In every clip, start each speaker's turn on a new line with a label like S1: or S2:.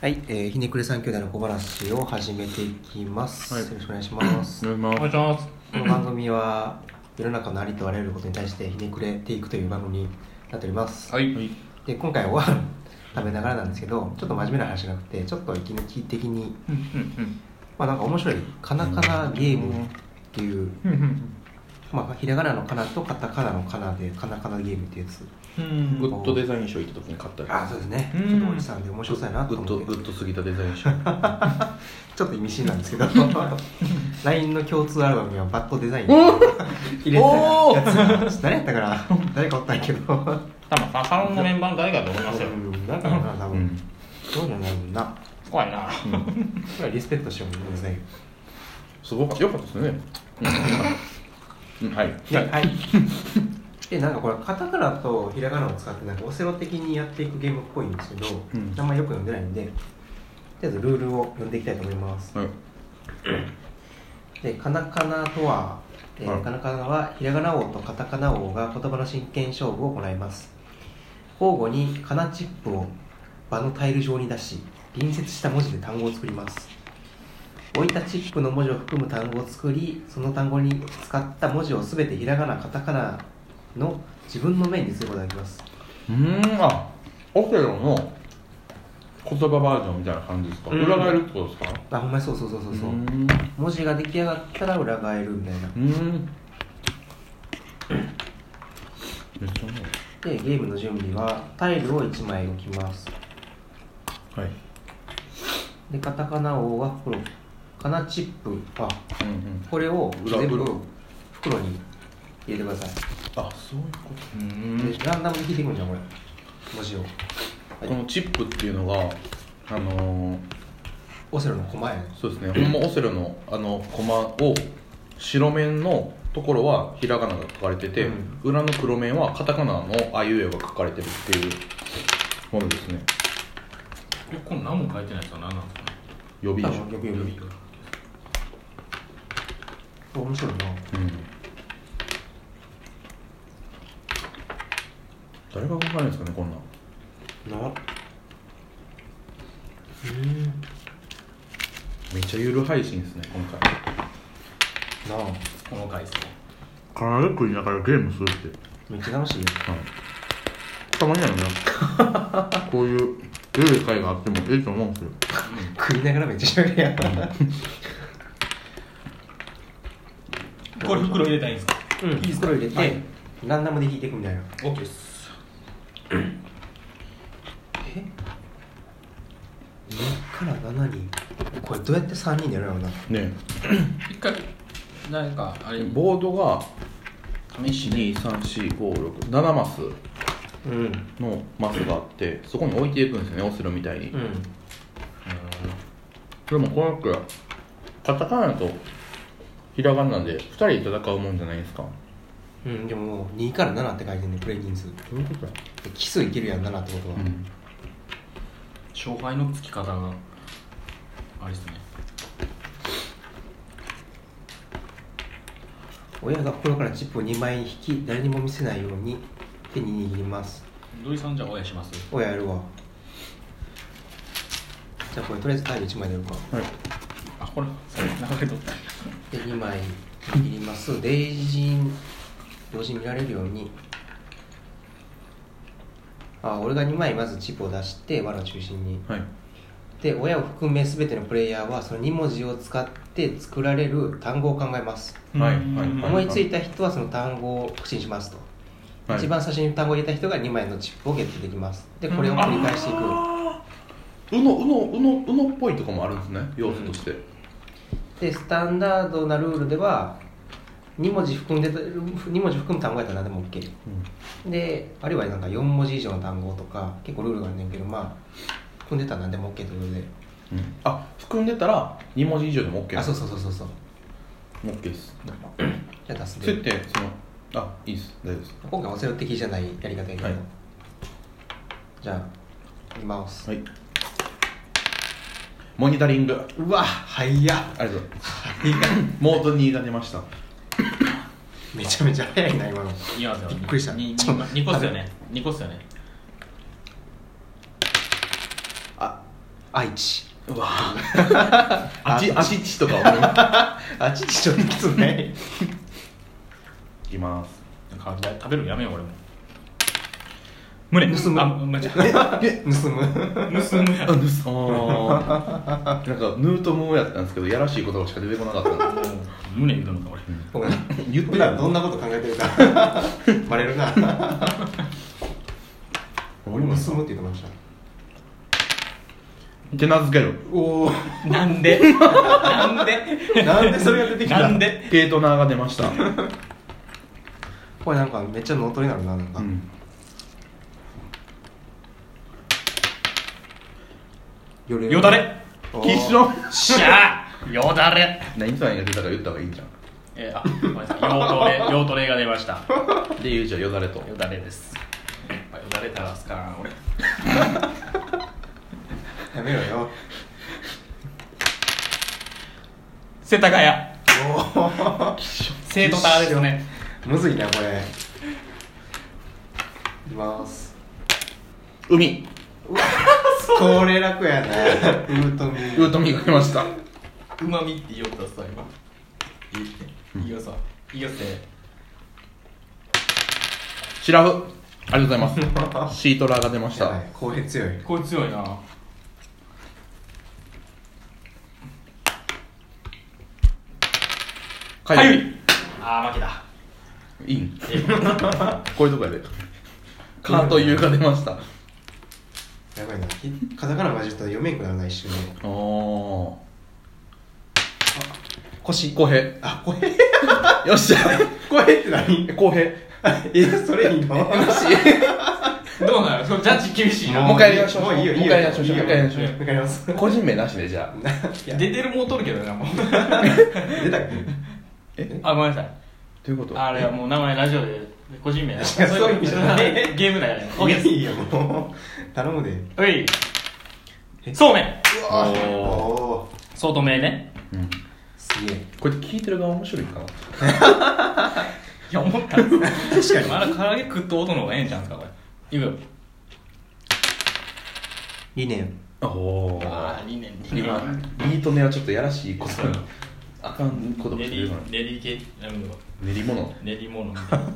S1: はい、えーひねくれ三兄弟の小話を始めていきます。
S2: はい
S1: よろしくお願いしま
S2: お
S1: す。
S2: 願いしま
S3: お願
S2: す
S3: いします。
S1: この番組は世の中のありとあらゆることに対してひねくれていくという番組になっております。
S3: はい。
S2: はい
S1: で今回はご飯食べながらなんですけど、ちょっと真面目な話じゃなくて、ちょっと息抜き的に、
S2: うんうん
S1: まあなんか面白いカナカナゲームっていう、
S2: うんうん
S1: まあひらがなのカナとカタカナのカナでカナカナゲームってやつ。
S2: うん
S3: グッドデザイン賞行った時に買ったや
S1: あ、そうですね。
S2: うん
S1: ちょっとおじさんで面白そうやな
S3: つ
S1: と
S3: グッド
S1: 思って
S3: グ。ッドすぎたデザイン賞
S1: ちょっと意味深なんですけど LINE の共通アルバムにはバッドデザイン入れてた
S2: お
S1: やつ誰やったかな誰かおったんやけど
S3: 多分ササロンのメンバーの誰かだと思いますよ
S1: う。んなんかな多
S3: う
S1: 分
S3: ん。
S1: どうじゃないもんなこ
S3: 怖いな。
S1: れはリスペクトしようもんね
S2: すごかったよかったですねうんうんはい
S1: いやはいでなんかこれカタカナとひらがなを使ってなんかオセロ的にやっていくゲームっぽいんですけど、
S2: うん
S1: あんまよく読んでないんでとりあえずルールを読んでいきたいと思います
S2: はい
S1: でカナカナとは、えー
S2: はい
S1: カナカナはひらがな王とカタカナ王が言葉の真剣勝負を行います交互にカナチップを場のタイル上に出し隣接した文字で単語を作ります置いたチップの文字を含む単語を作りその単語に使った文字を全てひらがなカタカナの自分の面にすることができます
S2: うーんあオセロの言葉バージョンみたいな感じですか
S1: うん
S2: 裏返るってことですか
S1: あほんまにそうそうそうそうそう
S2: うーん
S1: 文字が出来上がったら裏返るみたいな
S2: うーんめっちゃうまい
S1: でゲームの準備はタイルを1枚置きます
S2: はい
S1: でカタカナ王は袋カナチップは
S2: うんうん
S1: これを
S2: 裏
S1: 全
S2: 裏
S1: 部袋に入れてください、
S2: あそういうこ
S3: う
S1: で
S3: ん。
S1: ランダムで引いていくんじゃんこれ文字を
S2: とこのチップっていうのがあのー
S1: オセロの駒やね
S2: そうですね、ほんまオセロのあのコマを白面のところはひらがなが書かれてて、
S1: うん
S2: 裏の黒面はカタカナのあいうえおが書かれてるっていうものですね
S3: これ何も書いてないですよ。何なんですかね。
S2: 予備
S1: 多
S2: でしょ
S1: 分、よく読むお面白いな
S2: うん、誰が動かないんですかねこんなん
S1: なうん
S2: めっちゃゆる配信ですね今回
S1: なあ
S3: この回ですね。
S2: カラ食いながらゲームするって、
S1: めっちゃ楽しいよ
S2: たまにはね こういうゆるい会があってもいいと思うんですよ
S1: 食いながらめっちゃしゃべるやん
S3: これ袋入れたいんですか。
S1: うん
S3: いいっすか
S1: 袋入れて、
S3: はい
S1: ランダムで引いていくみたいな
S3: オッケーです。
S1: え2から7人これどうやって3人でやるのかな
S2: ね
S3: 一回なんかあれ
S2: ボードが
S3: 試しに。
S2: 1234567マス
S1: うん
S2: のマスがあってそこに置いていくんですよねオセロみたいに、
S1: うん
S2: でもこの子はカタカナとひらがなで2人で戦うもんじゃないですか
S1: うん、でももう2から7って書いてんねプレイ人数で
S2: どういうことや、
S1: 奇数いけるやん7ってことは、
S2: うん、
S3: 勝敗のつき方があれですね。
S1: 親が袋からチップを2枚引き誰にも見せないように手に握ります
S3: 土井さんじゃあ親します。
S1: 親やるわじゃあこれとりあえずタイル1枚出るか
S2: はい
S3: あこれ流れとった。
S1: で2枚握りますデイジン同時に見られるようにあ俺が2枚まずチップを出して輪の中心に
S2: はい
S1: で親を含め全てのプレイヤーはその2文字を使って作られる単語を考えます
S2: はい
S3: うん
S2: はいは
S1: 思いついた人はその単語を口にしますと、
S2: はい
S1: 一番最初に単語を入れた人が2枚のチップをゲットできますでこれを繰り返していく、
S2: うのうのうのうのっぽいとかもあるんですね要素として、
S1: でスタンダードなルールでは2文字含んで2文字含む単語やったら何でも OK であるいはなんか4文字以上の単語とか結構ルールがあるねんけどまあ含んでたら何でも OK ということで、
S2: うんあ含んでたら2文字以上でも OK
S1: あそう
S2: う
S1: そうそうそうそう
S2: OK です
S1: じゃあ出す
S2: それっ
S1: で
S2: てそのあいいです大丈夫です
S1: 今回オセロ的じゃないやり方やけど、
S2: はい
S1: じゃあいきます、
S2: はいモニタリングあ
S1: うわ早っ
S2: りがとうございますモードに委ねました
S1: めちゃめちゃ早いな今の
S3: いや
S1: びっくりした
S3: にに
S1: ちょっと
S3: 二個っすよね。二個っすよね。
S2: あ
S1: 愛知
S2: うわ
S1: あ
S2: あちあちちとか思
S1: あちちちょっときつね
S2: いきます
S3: なんかや食べるのやめよう俺も胸
S1: 盗む
S3: あ間違え
S1: 盗む
S3: た盗むや
S2: あヌスあーなんかヌートムやったんですけどやらしい言葉しか出てこなかった
S3: もう胸言うたのか俺
S1: ご めん
S2: 言って
S1: 普
S2: るや
S1: 段
S2: ん
S1: どんなこと考えてるか バレるな俺も盗むって言ってました
S2: 手なずける
S1: おお
S3: なんでなんで
S1: なんでそれが出てきた
S3: なんで
S2: ペートナーが出ました、
S1: これなんかめっちゃ脳トレになるななんか、
S2: うん、
S1: よれ
S3: よだれ
S1: おー
S2: 岸の
S3: しゃあよだれ
S2: 何さんが出たから言った方がいいじゃん
S3: えー、あごめんなさい用途例用途例が出ました
S2: でゆうちゃんよだれと
S3: よだれですやっぱよだれたらすか俺
S1: やめろよ
S3: 世田谷
S1: おお
S3: 生徒タですよね
S1: むずいなこれいきます
S2: 海
S1: これ楽やなウ ートミ
S2: ウートミーが出ました
S3: うまみって言おうとさ今いいいいよさいいよせ
S2: シラフありがとうございますシートラーが出まし
S1: や
S2: た
S1: ばい公平強い
S3: これ強いな
S2: か
S3: か
S2: ゆ
S3: ゆいあー負けた
S2: いいいん こういうとこやでカートユーが出ました
S1: やばいなひカタカナ混じったら読めんくならない一瞬で
S2: おー
S1: 腰
S2: 公平
S1: あ 公平っ
S2: よっしゃ
S1: て何
S2: 公平
S1: えそれ いいのも
S3: どうなのそのジャッジ厳しいな
S2: もう一回やりましょう
S1: もういいよいいよ
S2: もう一回やりましょう
S1: いいよ
S2: もう一回やりましょう
S1: わかります
S2: 個人名なしでじゃ
S1: いや
S3: 出てるもう取るけどなもう
S1: 出たっけ
S3: あごめんなさい
S2: あということ
S3: あれはもう名前ラジオで個人名だ
S1: そういう意味じゃない
S3: ゲームだよね
S1: い
S3: おい
S1: やいいよもう頼むで
S3: おい
S1: え
S3: そうめん
S1: お
S2: わー
S1: おー
S3: そうとめね
S2: うん
S1: すげえ
S2: これ聞いてる側面白いかない
S3: や思ったん です
S1: 確かに
S3: まだ唐揚げ食っと音の方がええんちゃうんすかこれいくよ
S1: 理念
S2: お
S3: ああ
S2: ー
S3: 2年2
S2: 今
S3: 年
S2: ビートネはちょっとやらしいこと
S3: そうよ
S2: あかんこと
S3: 練
S2: して
S3: り
S2: るから
S3: 練り系なんだ
S2: 練り物
S3: 練り物みたいな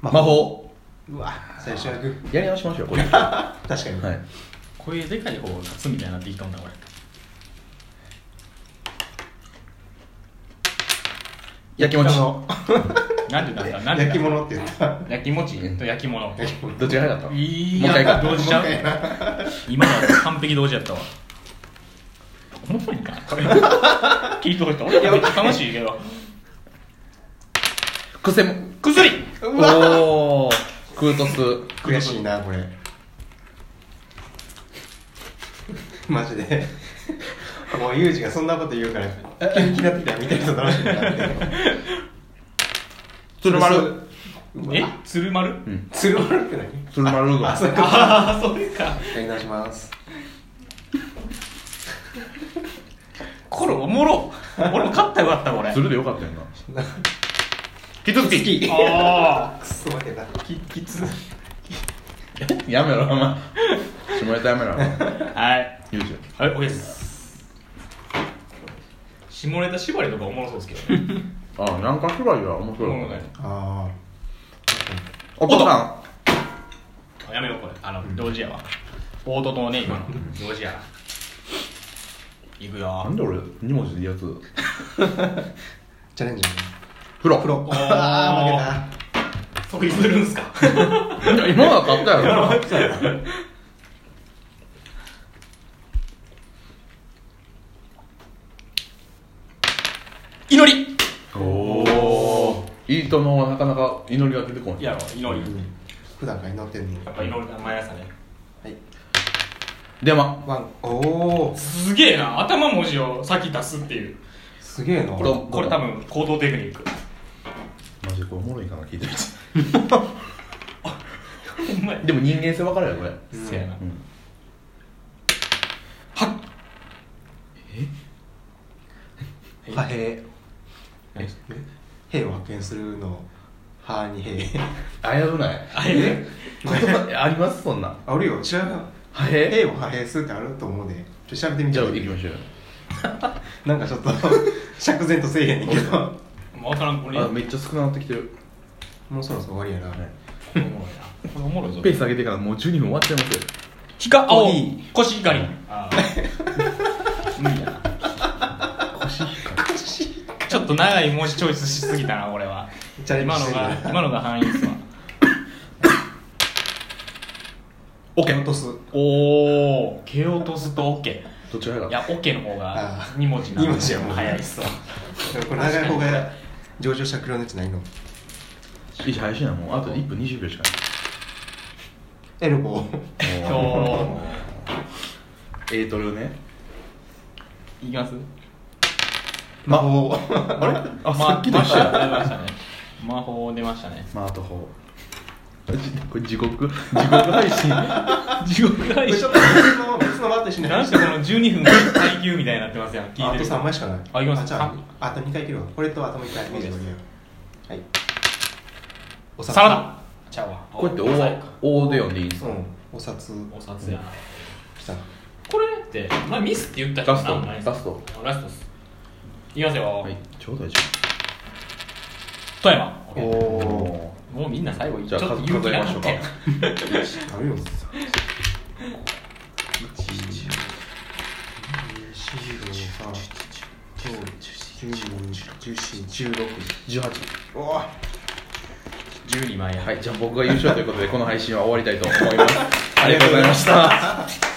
S2: 魔法
S1: うわ最初はグ
S2: やり直しましょうこれ は
S1: ー確かに、
S2: い
S3: こういうでかい方が勝つみたいになってきたんだこれ
S2: 焼きもち
S1: の
S3: なんでなんだなんで
S1: 焼き
S3: なんだ
S1: 物って言った
S3: 焼きもちと焼き物
S1: 焼き物
S2: どっちが早かった
S3: い
S2: もう一回
S3: や
S2: か
S3: 同時ちゃう今のは完璧同時やったわおもろいんかこれ聞いておいた俺めっちゃ楽しいけど
S2: くせも
S3: 薬
S1: うわ
S2: おおクートス
S1: 悔しいなこれ マジでもうユージがそんなこと言うから急に気になってきたら見てる人楽しみになって
S2: 鶴丸
S1: うわ
S3: え鶴丸
S2: うん
S1: 鶴丸って何
S2: 鶴丸
S1: あ
S2: が
S1: そうか
S3: ああそれか
S1: やり直します
S3: これおもろ俺も勝ったらよかったこれ
S2: 鶴でよかったよな
S1: な
S2: キツツキ
S1: き
S3: あ
S1: くそ負けた
S3: あききつ
S2: やめろお前下ネタやめろお前
S3: はい
S2: ゆうち
S3: はいおやす下ネタ縛りとかおもろそうですけど ね
S2: ゃんあなんか芝居は面白いもんね
S1: あ
S2: お父さん
S3: あやめろこれあの同時やわオートとね今の同時やないく
S2: な
S3: よ
S2: んで俺2文字でやつ
S1: あチャレンジ
S2: 風呂
S1: プロ
S3: ー
S1: ああ負け
S3: 得意するん すか
S2: いや今のは買ったやろ
S3: 祈り
S2: おおいいとのはなかなか祈りが出てこない
S3: いや祈
S1: た
S3: り
S1: 普段から祈ってんのに
S3: やっぱ祈り毎朝ね
S1: はい
S2: 電話
S1: ワンおお
S3: すげえな頭文字を先出すっていう
S1: すげえな
S3: これこれ多分行動テクニック
S2: マジでこれおもろいかな聞いてる人
S3: ほんまや
S2: でも人間性分かるやろこれ
S1: うん
S3: せやな
S2: うん
S3: は
S1: 破兵
S3: え
S1: 兵を発見するのはにへ
S2: 危ない
S3: あれ
S2: 言葉ありますそんな
S1: あるよ知らん
S2: は
S1: へ
S2: え
S1: をはへすってあると思うでちょっと調べてみ
S2: じ
S1: て
S2: ゃあ行きましょうよ
S1: なんかちょっと釈然とせえへんけど
S3: もう分からんこれ
S2: あめっちゃ少なくなってきてる
S1: もうそろそろ終わりやな、
S3: おもろいなこれおもろいぞ
S2: ペース上げてからもう12分終わっちゃいますよ
S3: ひか
S1: 青
S3: 青コシヒカリあー無理だなちょっと長い文字チョイスしすぎたな俺は
S1: チャレンジ
S3: 今
S1: して
S3: の
S1: みる
S3: が今のが範囲ですわ
S1: オッケー落とす
S3: おお蹴落とすとオッケ
S2: どちら
S3: ー
S2: が
S3: いやオッケーの方が
S1: あー
S3: 2文字なん
S1: 二
S3: で
S1: 文字やもんね
S3: 早いっすわ
S1: でもこれ長い方が上場した黒のやつないの
S2: いい配信やもうあと1分20秒しか
S1: エルボー
S2: ない
S3: 今日
S2: えーとね
S3: いきます
S1: 魔法
S2: あれあ
S3: ま
S2: さっきと一緒や
S3: 魔法出ましたね魔法出まし たね
S2: マート法これ地獄地獄配信
S3: 地獄
S1: こ
S3: 返
S1: れ
S3: し
S1: ちょっと別の別のバットしな
S3: 何
S1: い
S3: してこの12分耐久みたいになってますやん聞いてる
S1: あと3枚しかない
S3: あいきます
S1: じゃああと2回いけるわこれとあともう1回
S3: いいです
S1: はいお
S3: サラダちゃうわ
S2: こうやって大は大で読んでいいんです
S1: う
S2: か
S1: んお札
S3: お札やな
S1: きた
S3: これって前ミスって言った
S2: ラス
S3: な
S2: ト
S3: んもないです
S2: ラスト
S3: ラストっすいきますよ、
S2: はいちょうどいい
S3: 富山
S1: おお
S2: お
S3: もうみんな最後
S2: じゃあ
S3: ちょっと勇気があって
S2: 数えましょ
S1: あるよ
S2: 18
S1: おお
S3: 12枚 や
S2: はいじゃあ僕が優勝ということでこの配信は終わりたいと思いますありがとうございました